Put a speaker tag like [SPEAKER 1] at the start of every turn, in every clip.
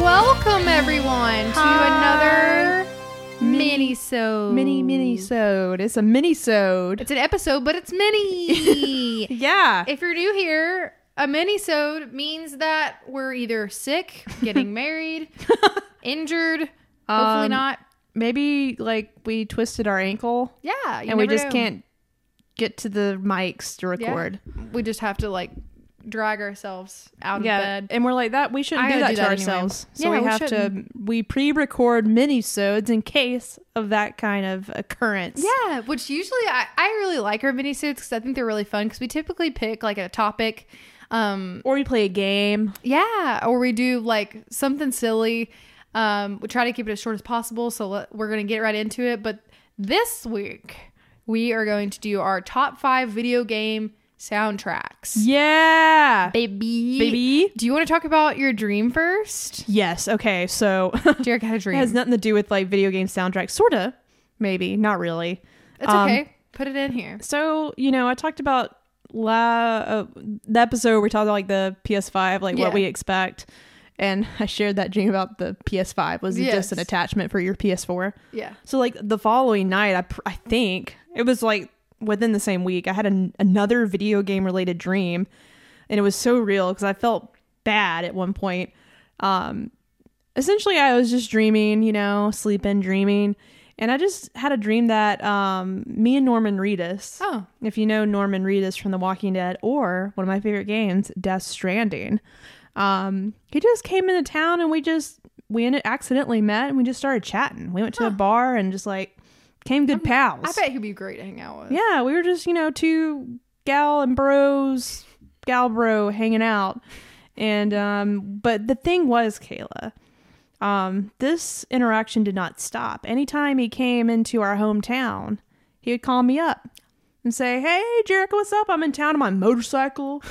[SPEAKER 1] Welcome everyone to another mini sode.
[SPEAKER 2] Mini mini sewed. It's a mini sewed.
[SPEAKER 1] It's an episode, but it's mini.
[SPEAKER 2] Yeah.
[SPEAKER 1] if you're new here, a mini sode means that we're either sick, getting married, injured, hopefully
[SPEAKER 2] Um,
[SPEAKER 1] not.
[SPEAKER 2] Maybe like we twisted our ankle
[SPEAKER 1] Yeah, you
[SPEAKER 2] and we
[SPEAKER 1] never
[SPEAKER 2] just
[SPEAKER 1] know.
[SPEAKER 2] can't get to the mics to
[SPEAKER 1] Yeah.
[SPEAKER 2] record.
[SPEAKER 1] We just have to like drag ourselves out of bed.
[SPEAKER 2] And we're like that we shouldn't
[SPEAKER 1] I
[SPEAKER 2] do
[SPEAKER 1] gotta
[SPEAKER 2] that to
[SPEAKER 1] do that anyway.
[SPEAKER 2] ourselves.
[SPEAKER 1] Yeah,
[SPEAKER 2] So we
[SPEAKER 1] we
[SPEAKER 2] have to we pre-record mini sodes in case of that kind of occurrence.
[SPEAKER 1] Yeah, which usually I, I really like our mini suits because I think they're really fun because we typically pick like a topic. Um,
[SPEAKER 2] Or we play a game.
[SPEAKER 1] Yeah, or we do like something silly. Um, we try to keep it as short as possible, so let, we're gonna get right into it. But this week, we are going to do our top five video game soundtracks.
[SPEAKER 2] Yeah.
[SPEAKER 1] Baby,
[SPEAKER 2] Baby.
[SPEAKER 1] Do you want to talk about your dream first?
[SPEAKER 2] Yes. Okay. So
[SPEAKER 1] Derek had a dream.
[SPEAKER 2] It has nothing to do with like video game soundtracks, sorta, maybe, not really.
[SPEAKER 1] it's
[SPEAKER 2] Um,
[SPEAKER 1] okay. Put it in here.
[SPEAKER 2] So you know, I talked about la uh, the episode where we talked about like the PS5, like
[SPEAKER 1] Yeah.
[SPEAKER 2] what we expect, and I shared that dream about the PS5 was it just an
[SPEAKER 1] Yes.
[SPEAKER 2] attachment for your PS4.
[SPEAKER 1] Yeah.
[SPEAKER 2] So like the following night, I pr- I think it was like within the same week, I had an- another video game related dream, and it was so real because I felt bad at one point. Um, essentially, I was just dreaming, you know, sleeping, dreaming, and I just had a dream that um, me and Norman Reedus,
[SPEAKER 1] Oh,
[SPEAKER 2] if you know Norman Reedus from The Walking Dead or one of my favorite games, Death Stranding, um, he just came into town and we just we ended, accidentally met and we just started chatting. We went to a bar and just like became good pals.
[SPEAKER 1] I bet he'd be great to hang out with.
[SPEAKER 2] Yeah, we were just you know two gal and bros, gal bro hanging out, and um, but the thing was Kayla. Um, this interaction did not stop. Anytime he came into our hometown, he would call me up and say, Hey, Jericho, what's up? I'm in town on my motorcycle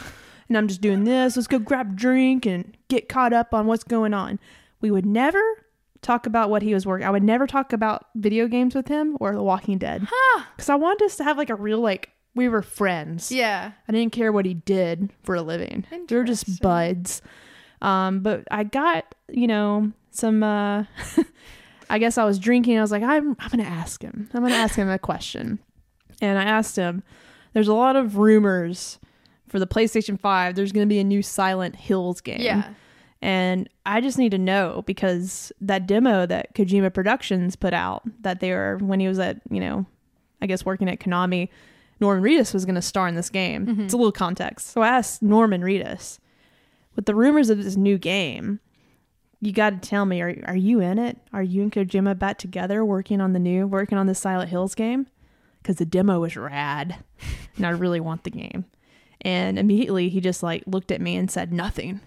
[SPEAKER 2] and I'm just doing this. Let's go grab a drink and get caught up on what's going on. We would never talk about what he was working. I would never talk about video games with him or The Walking Dead. Because I wanted us to have like a real, like, we were friends.
[SPEAKER 1] Yeah.
[SPEAKER 2] I didn't care what he did for a living. They were just buds. Um, but I got, you know, some uh I guess I was drinking, I was like, I'm I'm gonna ask him. I'm gonna ask him a question. And I asked him, there's a lot of rumors for the PlayStation 5, there's gonna be a new Silent Hills game.
[SPEAKER 1] Yeah.
[SPEAKER 2] And I just need to know because that demo that Kojima Productions put out that they were when he was at, you know, I guess working at Konami, Norman Reedus was going to star in this game. It's a little context. So I asked Norman Reedus, with the rumors of this new game, you got to tell me, are, are you in it? Are you and Kojima back together working on the new, working on the Silent Hills game? Because the demo was rad and I really want the game. And immediately he just like looked at me and said nothing.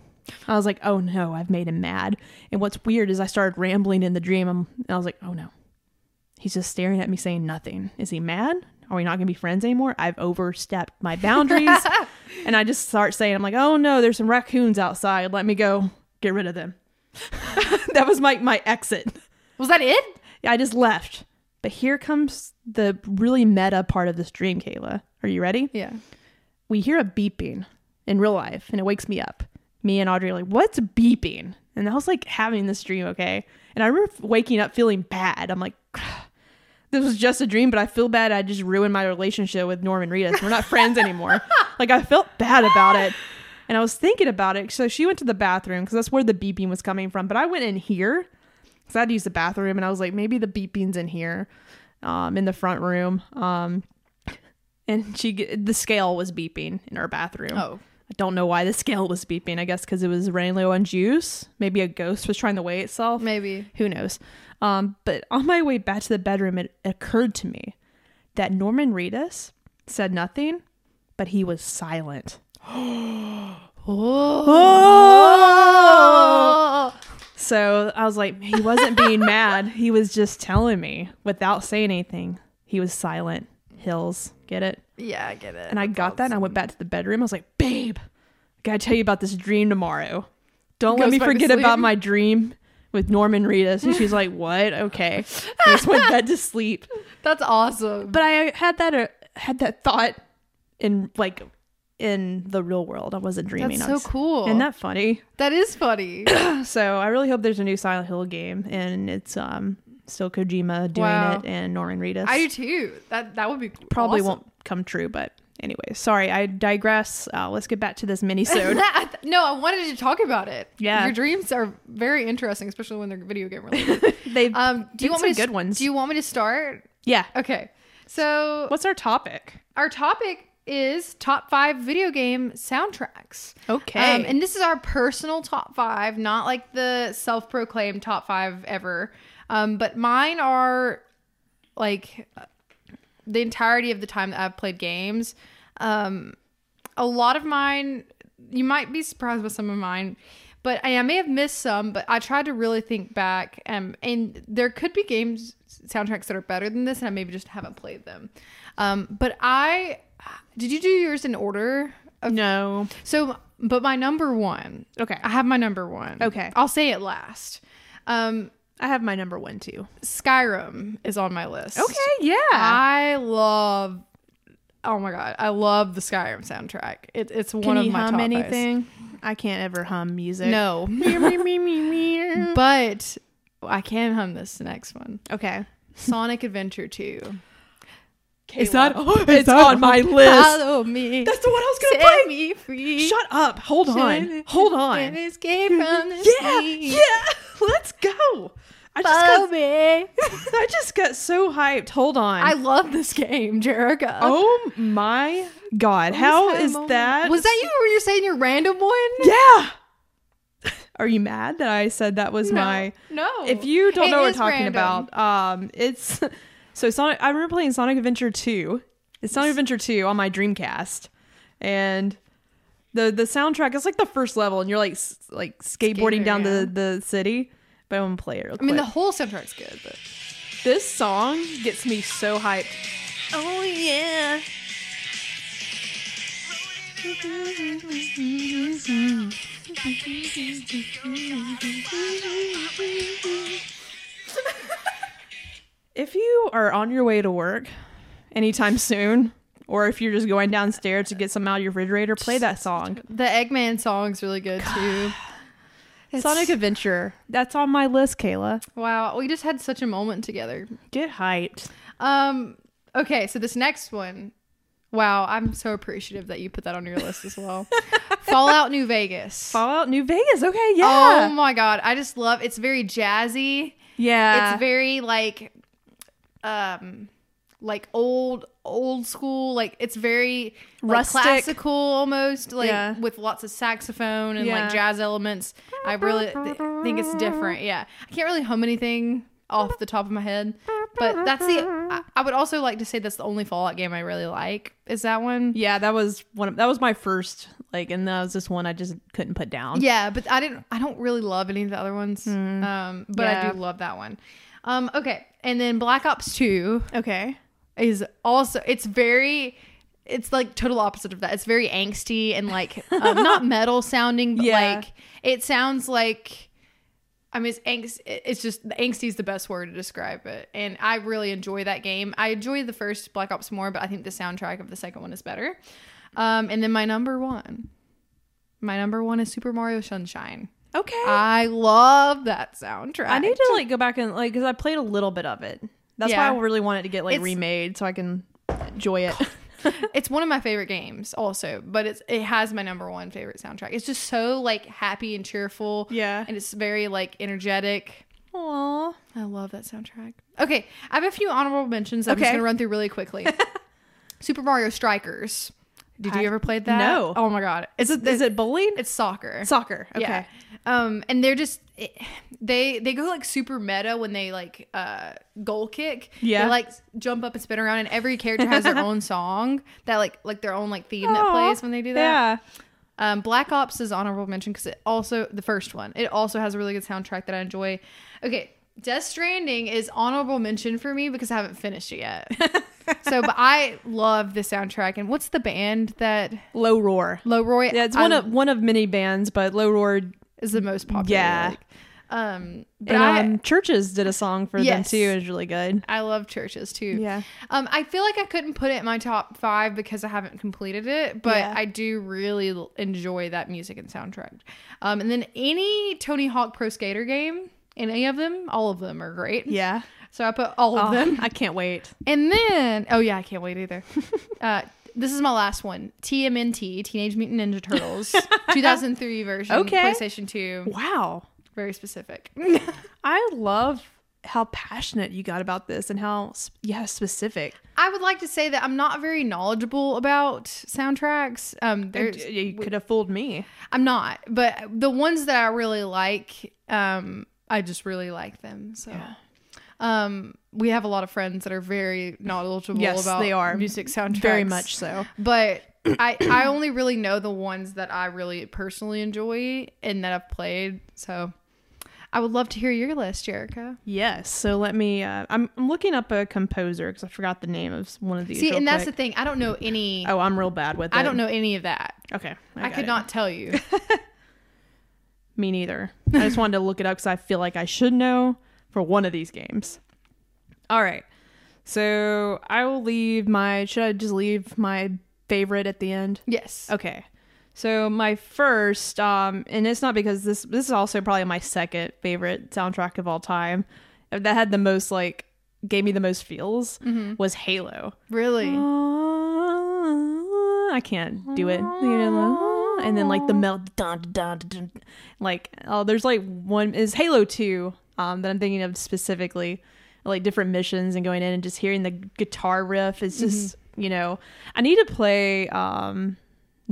[SPEAKER 2] I was like, oh no, I've made him mad. And what's weird is I started rambling in the dream. I'm, and I was like, oh no. He's just staring at me saying nothing. Is he mad? Are we not going to be friends anymore? I've overstepped my boundaries. and I just start saying, I'm like, oh no, there's some raccoons outside. Let me go get rid of them. that was my, my exit.
[SPEAKER 1] Was that it?
[SPEAKER 2] I just left. But here comes the really meta part of this dream, Kayla. Are you ready?
[SPEAKER 1] Yeah.
[SPEAKER 2] we hear a beeping in real life and it wakes me up. Me and Audrey are like, what's beeping? And I was like having this dream, okay? And I remember waking up feeling bad. I'm like, this was just a dream, but I feel bad I just ruined my relationship with Norman Reedus. We're not friends anymore. Like, I felt bad about it. And I was thinking about it. So she went to the bathroom because that's where the beeping was coming from. But I went in here because I had to use the bathroom and I was like, maybe the beeping's in here um, in the front room. Um, and she g- the scale was beeping in our bathroom.
[SPEAKER 1] Oh.
[SPEAKER 2] I don't know why the scale was beeping. I guess because it was running low on juice. Maybe a ghost was trying to weigh itself.
[SPEAKER 1] Maybe.
[SPEAKER 2] Who knows? Um, but on my way back to the bedroom, it occurred to me that Norman Reedus said nothing, but he was silent. oh!
[SPEAKER 1] Oh.
[SPEAKER 2] So I was like, he wasn't being mad. He was just telling me without saying anything. He was silent. Hills. Get it?
[SPEAKER 1] Yeah, I get it.
[SPEAKER 2] And I got that and I went back to the bedroom. I was like, babe, I gotta tell you about this dream tomorrow. Don't let
[SPEAKER 1] Goes
[SPEAKER 2] me
[SPEAKER 1] back to
[SPEAKER 2] forget
[SPEAKER 1] sleep.
[SPEAKER 2] about my dream with Norman Reedus. And she's like, what? Okay. And I just went back to sleep.
[SPEAKER 1] That's awesome.
[SPEAKER 2] But I had that uh, had that thought in like in the real world. I wasn't dreaming.
[SPEAKER 1] That's
[SPEAKER 2] I
[SPEAKER 1] so
[SPEAKER 2] was-
[SPEAKER 1] cool.
[SPEAKER 2] Isn't that funny?
[SPEAKER 1] that is funny.
[SPEAKER 2] So I really hope there's a new Silent Hill game, and it's um still Kojima doing
[SPEAKER 1] Wow.
[SPEAKER 2] it and Norman Reedus.
[SPEAKER 1] I do too. That that would be
[SPEAKER 2] Probably
[SPEAKER 1] awesome.
[SPEAKER 2] won't come true, but anyway, sorry, I digress. Uh, let's get back to this minisode.
[SPEAKER 1] I th- no, I wanted to talk about it.
[SPEAKER 2] Yeah.
[SPEAKER 1] your dreams are very interesting, especially when they're video game related.
[SPEAKER 2] they
[SPEAKER 1] Um, do you
[SPEAKER 2] Did
[SPEAKER 1] want me
[SPEAKER 2] some
[SPEAKER 1] to,
[SPEAKER 2] good ones.
[SPEAKER 1] Do you want me to start?
[SPEAKER 2] yeah.
[SPEAKER 1] Okay, so
[SPEAKER 2] What's our topic?
[SPEAKER 1] our topic is top five video game soundtracks.
[SPEAKER 2] Okay.
[SPEAKER 1] Um, and this is our personal top five, not like the self proclaimed top five ever. Um, but mine are like the entirety of the time that I've played games. Um, a lot of mine, you might be surprised with some of mine, but and I may have missed some, but I tried to really think back. Um, and there could be games soundtracks that are better than this, and I maybe just haven't played them. Um, but I did you do yours in order?
[SPEAKER 2] no.
[SPEAKER 1] So, but my number one,
[SPEAKER 2] Okay.
[SPEAKER 1] I have my number one.
[SPEAKER 2] Okay.
[SPEAKER 1] I'll say it last. Um,
[SPEAKER 2] I have my number one too.
[SPEAKER 1] Skyrim is on my list.
[SPEAKER 2] Okay. Yeah.
[SPEAKER 1] I love. Oh my god, I love the Skyrim soundtrack. It, it's one
[SPEAKER 2] Can
[SPEAKER 1] of
[SPEAKER 2] you
[SPEAKER 1] my
[SPEAKER 2] hum
[SPEAKER 1] top
[SPEAKER 2] anything? I can't ever hum music.
[SPEAKER 1] Fives. No,
[SPEAKER 2] Me, me, me, me, me.
[SPEAKER 1] but I can hum this next one.
[SPEAKER 2] okay.
[SPEAKER 1] Sonic Adventure Two.
[SPEAKER 2] Is
[SPEAKER 1] Kayla.
[SPEAKER 2] that? it's on my list.
[SPEAKER 1] Follow me.
[SPEAKER 2] That's the one I was gonna
[SPEAKER 1] Set
[SPEAKER 2] play.
[SPEAKER 1] me free.
[SPEAKER 2] Shut up. Hold on. Hold on.
[SPEAKER 1] And escape from this
[SPEAKER 2] Yeah.
[SPEAKER 1] sea.
[SPEAKER 2] Yeah. Let's go. I just
[SPEAKER 1] Follow
[SPEAKER 2] got.
[SPEAKER 1] me.
[SPEAKER 2] I just got so hyped. Hold on.
[SPEAKER 1] I love this game, Jerica.
[SPEAKER 2] oh my god. How is that?
[SPEAKER 1] Was that you? Were you saying your random one?
[SPEAKER 2] Yeah. Are you mad that I said that was
[SPEAKER 1] No.
[SPEAKER 2] my?
[SPEAKER 1] No.
[SPEAKER 2] If you don't
[SPEAKER 1] It
[SPEAKER 2] know what we're
[SPEAKER 1] is
[SPEAKER 2] talking
[SPEAKER 1] random.
[SPEAKER 2] about, um, it's so Sonic. I remember playing Sonic Adventure Two. It's Sonic Adventure Two on my Dreamcast, and the the soundtrack is like the first level, and you're like s- like skateboarding
[SPEAKER 1] Skater,
[SPEAKER 2] down
[SPEAKER 1] yeah.
[SPEAKER 2] the the city. But I'm gonna play it. Real
[SPEAKER 1] I mean, the whole soundtrack's good, but
[SPEAKER 2] this song gets me so hyped.
[SPEAKER 1] oh yeah.
[SPEAKER 2] If you are on your way to work anytime soon, or if you're just going downstairs to get something out of your refrigerator, play that song.
[SPEAKER 1] The Eggman song's really good too. It's-
[SPEAKER 2] Sonic Adventure. That's on my list, Kayla.
[SPEAKER 1] Wow, we just had such a moment together.
[SPEAKER 2] Get hyped.
[SPEAKER 1] Um. Okay, so this next one. Wow, I'm so appreciative that you put that on your list as well. Fallout New Vegas.
[SPEAKER 2] Fallout New Vegas. Okay,
[SPEAKER 1] Oh
[SPEAKER 2] yeah.
[SPEAKER 1] my god, I just love. It's very jazzy.
[SPEAKER 2] yeah.
[SPEAKER 1] it's very like um like old old school like it's very like,
[SPEAKER 2] Rustic.
[SPEAKER 1] classical almost like
[SPEAKER 2] Yeah.
[SPEAKER 1] with lots of saxophone and
[SPEAKER 2] Yeah.
[SPEAKER 1] like jazz elements i really th- think it's different yeah i can't really hum anything off the top of my head but that's the I, I would also like to say that's the only fallout game i really like is that one
[SPEAKER 2] yeah, that was one of that was my first like and that was this one I just couldn't put down.
[SPEAKER 1] yeah but i didn't i don't really love any of the other ones um but
[SPEAKER 2] Hmm. Yeah.
[SPEAKER 1] i do love that one um okay and then black ops 2
[SPEAKER 2] Okay.
[SPEAKER 1] is also it's very it's like total opposite of that it's very angsty and like um, not metal sounding but
[SPEAKER 2] Yeah.
[SPEAKER 1] like it sounds like i mean it's angst it- it's just the angsty is the best word to describe it and i really enjoy that game i enjoy the first black ops more but i think the soundtrack of the second one is better um, and then my number one my number one is super mario sunshine
[SPEAKER 2] Okay.
[SPEAKER 1] i love that soundtrack
[SPEAKER 2] I need to like go back and like because I played a little bit of it. That's
[SPEAKER 1] Yeah.
[SPEAKER 2] why I really wanted to get like
[SPEAKER 1] It's-
[SPEAKER 2] remade so I can enjoy it.
[SPEAKER 1] it's one of my favorite games also but it's it has my number one favorite soundtrack it's just so like happy and cheerful
[SPEAKER 2] Yeah.
[SPEAKER 1] and it's very like energetic
[SPEAKER 2] Aww.
[SPEAKER 1] i love that soundtrack okay i have a few honorable mentions that i'm just
[SPEAKER 2] Okay.
[SPEAKER 1] gonna run through really quickly super mario strikers did you
[SPEAKER 2] I-
[SPEAKER 1] ever play that
[SPEAKER 2] no.
[SPEAKER 1] oh my god
[SPEAKER 2] Is it is it bullying?
[SPEAKER 1] it's soccer
[SPEAKER 2] soccer. Okay.
[SPEAKER 1] yeah. Um, and they're just they they go like super meta when they like uh goal kick.
[SPEAKER 2] Yeah.
[SPEAKER 1] They like jump up and spin around, and every character has their own song that like like their own like theme that
[SPEAKER 2] Aw,
[SPEAKER 1] plays when they do that. Um, Black Ops is honorable mention because it also the first one. It also has a really good soundtrack that I enjoy. Okay. Death Stranding is honorable mention for me because I haven't finished it yet. so, but I love the soundtrack. And what's the band that
[SPEAKER 2] Yeah. Low roar.
[SPEAKER 1] Leroy?
[SPEAKER 2] Yeah, it's one
[SPEAKER 1] I
[SPEAKER 2] of one of many bands, but Low Roar
[SPEAKER 1] is the most popular.
[SPEAKER 2] Yeah.
[SPEAKER 1] like. Um, but
[SPEAKER 2] And
[SPEAKER 1] I,
[SPEAKER 2] um, Churches did a song for
[SPEAKER 1] Yes.
[SPEAKER 2] them too. It was really good.
[SPEAKER 1] I love churches too.
[SPEAKER 2] Yeah.
[SPEAKER 1] Um, I feel like I couldn't put it in my top five because I haven't completed it, but
[SPEAKER 2] Yeah.
[SPEAKER 1] I do really l- enjoy that music and soundtrack. Um, and then any Tony Hawk Pro Skater game, any of them, all of them are great.
[SPEAKER 2] Yeah. Oh,
[SPEAKER 1] So I put all of them.
[SPEAKER 2] I can't wait.
[SPEAKER 1] And then, oh yeah, I can't wait either. uh, this is my last one. TMNT, Teenage Mutant Ninja Turtles, 2003 version,
[SPEAKER 2] Okay.
[SPEAKER 1] PlayStation 2.
[SPEAKER 2] Wow.
[SPEAKER 1] Very specific.
[SPEAKER 2] I love how passionate you got about this and how sp- yeah specific.
[SPEAKER 1] I would like to say that I'm not very knowledgeable about soundtracks. Um, there's,
[SPEAKER 2] you could have fooled me.
[SPEAKER 1] I'm not, but the ones that I really like, um, I just really like them. So, um, we have a lot of friends that are very knowledgeable
[SPEAKER 2] Yes,
[SPEAKER 1] about
[SPEAKER 2] they are.
[SPEAKER 1] music soundtracks,
[SPEAKER 2] Very much so.
[SPEAKER 1] But I, I only really know the ones that I really personally enjoy and that I've played. So, I would love to hear your list, Jerica.
[SPEAKER 2] Yes. So let me. Uh, I'm, I'm looking up a composer because I forgot the name of one of these.
[SPEAKER 1] See,
[SPEAKER 2] real
[SPEAKER 1] and that's the thing.
[SPEAKER 2] quick.
[SPEAKER 1] I don't know any.
[SPEAKER 2] oh, I'm real bad with. it.
[SPEAKER 1] I don't know any of that.
[SPEAKER 2] Okay.
[SPEAKER 1] I,
[SPEAKER 2] got
[SPEAKER 1] could
[SPEAKER 2] it.
[SPEAKER 1] not tell you.
[SPEAKER 2] Me neither. I just wanted to look it up because I feel like I should know for one of these games. All right. So I will leave my. Should I just leave my favorite at the end?
[SPEAKER 1] yes.
[SPEAKER 2] Okay. So my first, um, and it's not because this this is also probably my second favorite soundtrack of all time. That had the most like gave me the most feels was Halo.
[SPEAKER 1] Really?
[SPEAKER 2] Oh, I can't do it. You know, And then like the melt dun, dun, dun, dun, dun. like oh there's like one is Halo 2 um that I'm thinking of specifically like different missions and going in and just hearing the guitar riff is just
[SPEAKER 1] Mm-hmm.
[SPEAKER 2] you know I need to play um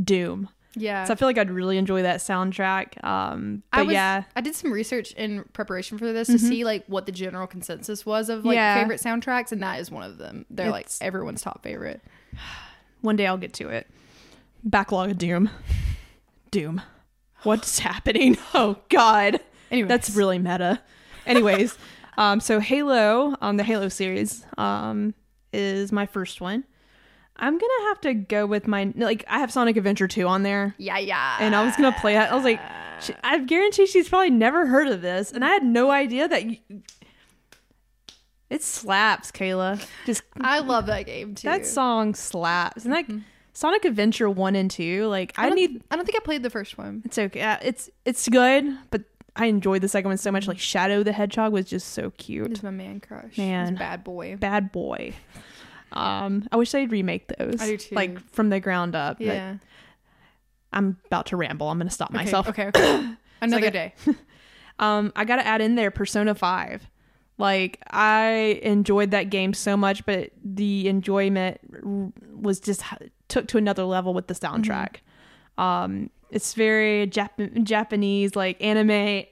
[SPEAKER 2] Doom.
[SPEAKER 1] Yeah.
[SPEAKER 2] So I feel like I'd really enjoy that soundtrack. Um but
[SPEAKER 1] I was,
[SPEAKER 2] yeah. Mm-hmm.
[SPEAKER 1] I did some research in preparation for this to see like what the general consensus was of like
[SPEAKER 2] Yeah.
[SPEAKER 1] favorite soundtracks, and that is one of them. They're like
[SPEAKER 2] It's-
[SPEAKER 1] everyone's top favorite.
[SPEAKER 2] One day I'll get to it. Backlog of Doom. Doom. What's happening? Oh God.
[SPEAKER 1] Anyways.
[SPEAKER 2] that's really meta. Anyways, um, so Halo, um, the Halo series, um, is my first one. I'm gonna have to go with my like I have Sonic Adventure 2 on there,
[SPEAKER 1] Yeah, yeah.
[SPEAKER 2] and I was gonna play it. I was like, she, I guarantee she's probably never heard of this, and I had no idea that. You, it slaps, Kayla. Just
[SPEAKER 1] I love that game too.
[SPEAKER 2] that song slaps, and like Sonic Adventure one and two. Like
[SPEAKER 1] I
[SPEAKER 2] I,
[SPEAKER 1] don't,
[SPEAKER 2] need.
[SPEAKER 1] I don't think I played the first one.
[SPEAKER 2] It's okay. Uh, It's it's good, but I enjoyed the second one so much. Like Shadow the Hedgehog was just so cute.
[SPEAKER 1] He's my man crush.
[SPEAKER 2] Man.
[SPEAKER 1] He's bad boy.
[SPEAKER 2] Bad boy. Um, I wish they'd remake those.
[SPEAKER 1] I do too.
[SPEAKER 2] Like from the ground up. Like,
[SPEAKER 1] Yeah.
[SPEAKER 2] I'm about to ramble. I'm gonna stop
[SPEAKER 1] Okay,
[SPEAKER 2] myself.
[SPEAKER 1] Okay. okay. Another
[SPEAKER 2] like
[SPEAKER 1] day.
[SPEAKER 2] Um, I gotta add in there Persona Five. Like I enjoyed that game so much, but the enjoyment r- was just took to another level with the
[SPEAKER 1] Mm-hmm.
[SPEAKER 2] soundtrack. Um, it's very Jap- Japanese, like anime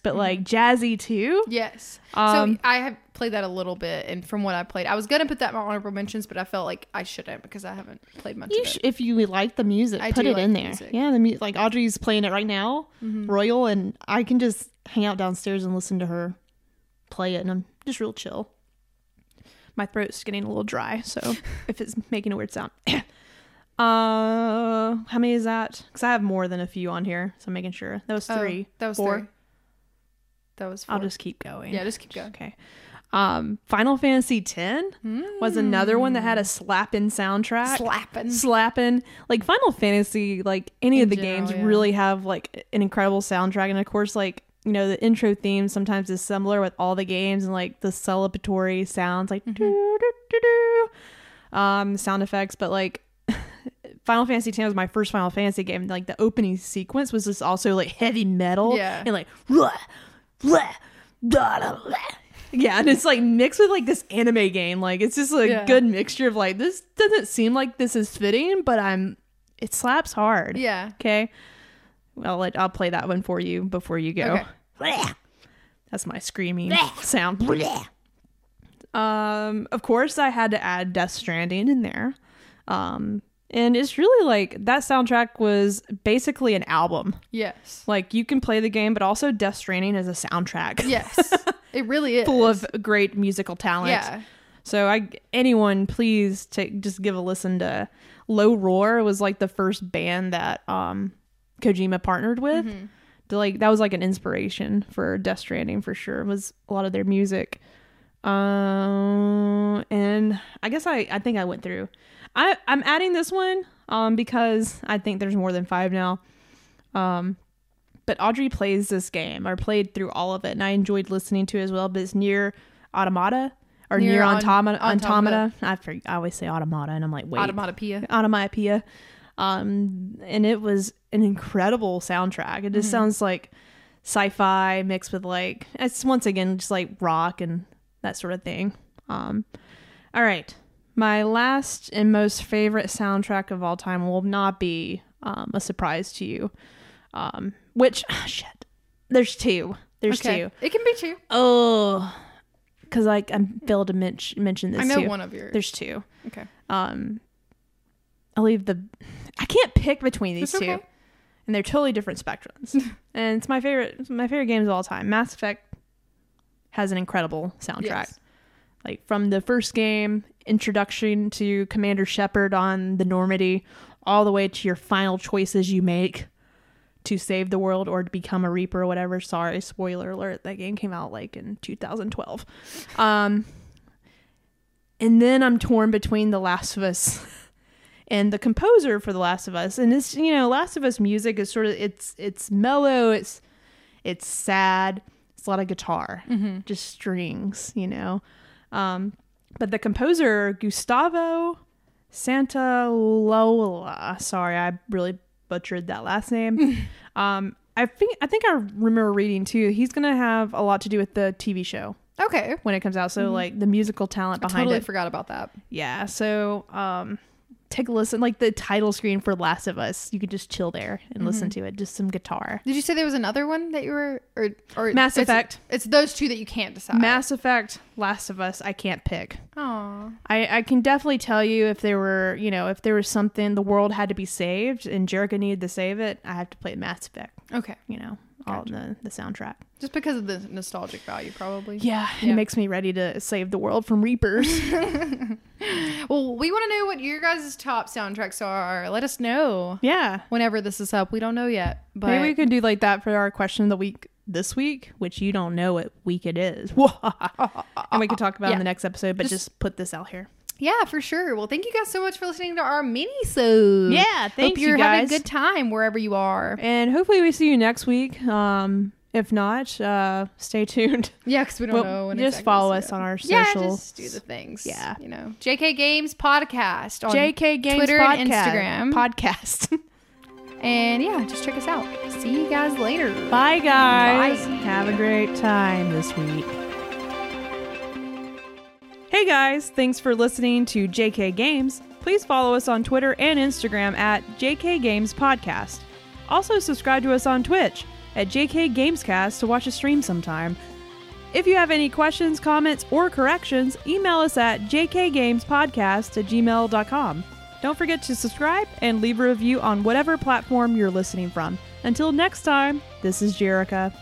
[SPEAKER 1] Mm-hmm.
[SPEAKER 2] but like jazzy too.
[SPEAKER 1] Yes. so
[SPEAKER 2] Um,
[SPEAKER 1] I have played that a little bit, and from what I played, I was gonna put that in my honorable mentions, but I felt like I shouldn't because I haven't played much.
[SPEAKER 3] You
[SPEAKER 1] of it.
[SPEAKER 3] sh- if you like the music,
[SPEAKER 1] I
[SPEAKER 3] put
[SPEAKER 1] do
[SPEAKER 3] it
[SPEAKER 1] like
[SPEAKER 3] in
[SPEAKER 1] the
[SPEAKER 3] there.
[SPEAKER 1] music.
[SPEAKER 3] Yeah, the mu- like Audrey's playing it right now,
[SPEAKER 2] Mm-hmm.
[SPEAKER 3] Royal, and I can just hang out downstairs and listen to her play it, and I'm just real chill.
[SPEAKER 2] My throat's getting a little dry, so if it's making a weird sound. uh, how many is that? Because I have more than a few on here, so I'm making sure that was
[SPEAKER 1] Oh,
[SPEAKER 2] three.
[SPEAKER 1] that was
[SPEAKER 2] Four.
[SPEAKER 1] three. That was. 4
[SPEAKER 2] I'll just keep going.
[SPEAKER 1] yeah. Just keep going.
[SPEAKER 2] Okay. Um, Final Fantasy X was another one that had a slapping soundtrack.
[SPEAKER 1] Slapping.
[SPEAKER 2] Slapping. Like Final Fantasy, like any
[SPEAKER 1] In
[SPEAKER 2] of the
[SPEAKER 1] general,
[SPEAKER 2] games
[SPEAKER 1] yeah.
[SPEAKER 2] really have like an incredible soundtrack. And of course, like, you know, the intro theme sometimes is similar with all the games and like the celebratory sounds, like
[SPEAKER 1] Mm-hmm.
[SPEAKER 2] doo, doo, doo, doo, um, sound effects. But like Final Fantasy X was my first Final Fantasy game. Like the opening sequence was just also like heavy metal.
[SPEAKER 1] Yeah.
[SPEAKER 2] And like "Ruh, ruh, da, da, da." Yeah, and it's like mixed with like this anime game. Like it's just a
[SPEAKER 1] Yeah.
[SPEAKER 2] good mixture of like this doesn't seem like this is fitting, but I'm it slaps hard.
[SPEAKER 1] Yeah.
[SPEAKER 2] Okay. I'll let I'll play that one for you before you go.
[SPEAKER 1] Okay.
[SPEAKER 2] That's my screaming sound. Um, of course, I had to add Death Stranding in there. Um, and it's really like that soundtrack was basically an album.
[SPEAKER 1] Yes.
[SPEAKER 2] Like you can play the game, but also Death Stranding is a soundtrack
[SPEAKER 1] Yes. it really is.
[SPEAKER 2] full of great musical talent.
[SPEAKER 1] Yeah.
[SPEAKER 2] So I anyone please take just give a listen to Low Roar was like the first band that um Kojima partnered with the, like that was like an inspiration for Death Stranding for sure. Was a lot of their music. Um, and I guess I I think I went through. I I'm adding this one um because I think there's more than five now. Um, but Audrey plays this game or played through all of it, and I enjoyed listening to it as well. But it's near Automata or
[SPEAKER 1] Nier
[SPEAKER 2] near,
[SPEAKER 1] Aut-
[SPEAKER 2] Automata.
[SPEAKER 1] Automata.
[SPEAKER 2] Automata. I forg- I always say Automata, and I'm like, wait,
[SPEAKER 1] Automatopoeia.
[SPEAKER 2] onomatopoeia. Um, and it was an incredible soundtrack. It just
[SPEAKER 1] Mm-hmm.
[SPEAKER 2] sounds like sci-fi mixed with like it's once again just like rock and that sort of thing. Um, all right, my last and most favorite soundtrack of all time will not be um, a surprise to you. Um, which shit, there's two. There's two.
[SPEAKER 1] It can be two.
[SPEAKER 2] Oh, because like I failed to men- mention this.
[SPEAKER 1] I know
[SPEAKER 2] too.
[SPEAKER 1] one of yours.
[SPEAKER 2] There's two
[SPEAKER 1] okay.
[SPEAKER 2] um i'll leave the i can't pick between these
[SPEAKER 1] That's
[SPEAKER 2] two
[SPEAKER 1] okay.
[SPEAKER 2] and they're totally different spectrums and it's my favorite it's my favorite games of all time mass effect has an incredible soundtrack
[SPEAKER 1] Yes.
[SPEAKER 2] like from the first game introduction to commander shepard on the normandy all the way to your final choices you make to save the world or to become a reaper or whatever sorry spoiler alert that game came out like in 2012 um and then i'm torn between the last of us and the composer for the last of us and it's you know last of us music is sort of it's it's mellow it's it's sad it's a lot of guitar
[SPEAKER 1] Mm-hmm.
[SPEAKER 2] just strings you know um but the composer gustavo Santalola. Sorry, I really butchered that last name. um, I think I think I remember reading too. He's gonna have a lot to do with the TV show
[SPEAKER 1] Okay.
[SPEAKER 2] when it comes out. So like the musical talent
[SPEAKER 1] I
[SPEAKER 2] behind
[SPEAKER 1] Mm-hmm. totally
[SPEAKER 2] it.
[SPEAKER 1] forgot about that.
[SPEAKER 2] yeah. So um, take a listen. Like the title screen for Last of Us, you could just chill there and listen
[SPEAKER 1] Mm-hmm.
[SPEAKER 2] to it. Just some guitar.
[SPEAKER 1] Did you say there was another one that you were or or
[SPEAKER 2] Mass
[SPEAKER 1] it's-
[SPEAKER 2] Effect.
[SPEAKER 1] It's those two that you can't decide.
[SPEAKER 2] Mass Effect, Last of Us. I can't pick.
[SPEAKER 1] Aw.
[SPEAKER 2] I, I can definitely tell you if there were you know if there was something the world had to be saved and Jericho needed to save it, I have to play Mass Effect.
[SPEAKER 1] Okay.
[SPEAKER 2] You know, all in the, the soundtrack.
[SPEAKER 1] Just because of the nostalgic value, probably.
[SPEAKER 2] Yeah,
[SPEAKER 1] Yeah.
[SPEAKER 2] it makes me ready to save the world from reapers.
[SPEAKER 1] Well, we want to know what your guys' top soundtracks are. Let us know
[SPEAKER 2] yeah,
[SPEAKER 1] whenever this is up. We don't know yet, but
[SPEAKER 2] maybe we could do like that for our question of the week this week, which you don't know what week it is, and we could talk about it
[SPEAKER 1] Yeah.
[SPEAKER 2] in the next episode. But
[SPEAKER 1] Just-
[SPEAKER 2] just, put this out here.
[SPEAKER 1] yeah, for sure. Well, thank you guys so much for listening to our mini so
[SPEAKER 2] Yeah,
[SPEAKER 1] Hope
[SPEAKER 2] thanks, you
[SPEAKER 1] you're having a
[SPEAKER 2] guys.
[SPEAKER 1] good time wherever you are.
[SPEAKER 2] And hopefully we see you next week. Um, if not, uh, stay tuned.
[SPEAKER 1] Yeah, because we don't
[SPEAKER 2] Well,
[SPEAKER 1] know. When
[SPEAKER 2] just
[SPEAKER 1] exactly
[SPEAKER 2] follow
[SPEAKER 1] this is
[SPEAKER 2] us on our
[SPEAKER 1] going. yeah,
[SPEAKER 2] social-
[SPEAKER 1] Just do the things.
[SPEAKER 2] Yeah.
[SPEAKER 1] you know, JK Games Podcast on
[SPEAKER 2] JK Games
[SPEAKER 1] Twitter and
[SPEAKER 2] Podcast-
[SPEAKER 1] Instagram.
[SPEAKER 2] podcast.
[SPEAKER 1] and yeah, just check us out. See you guys later.
[SPEAKER 2] Bye, guys.
[SPEAKER 1] Bye.
[SPEAKER 2] Have a great time this week. Hey, guys. Thanks for listening to JK Games. Please follow us on Twitter and Instagram at JK Games Podcast. Also, subscribe to us on Twitch at JK Gamescast to watch a stream sometime. If you have any questions, comments, or corrections, email us at jkgamespodcast at gmail.com. Don't forget to subscribe and leave a review on whatever platform you're listening from. Until next time, this is Jerica.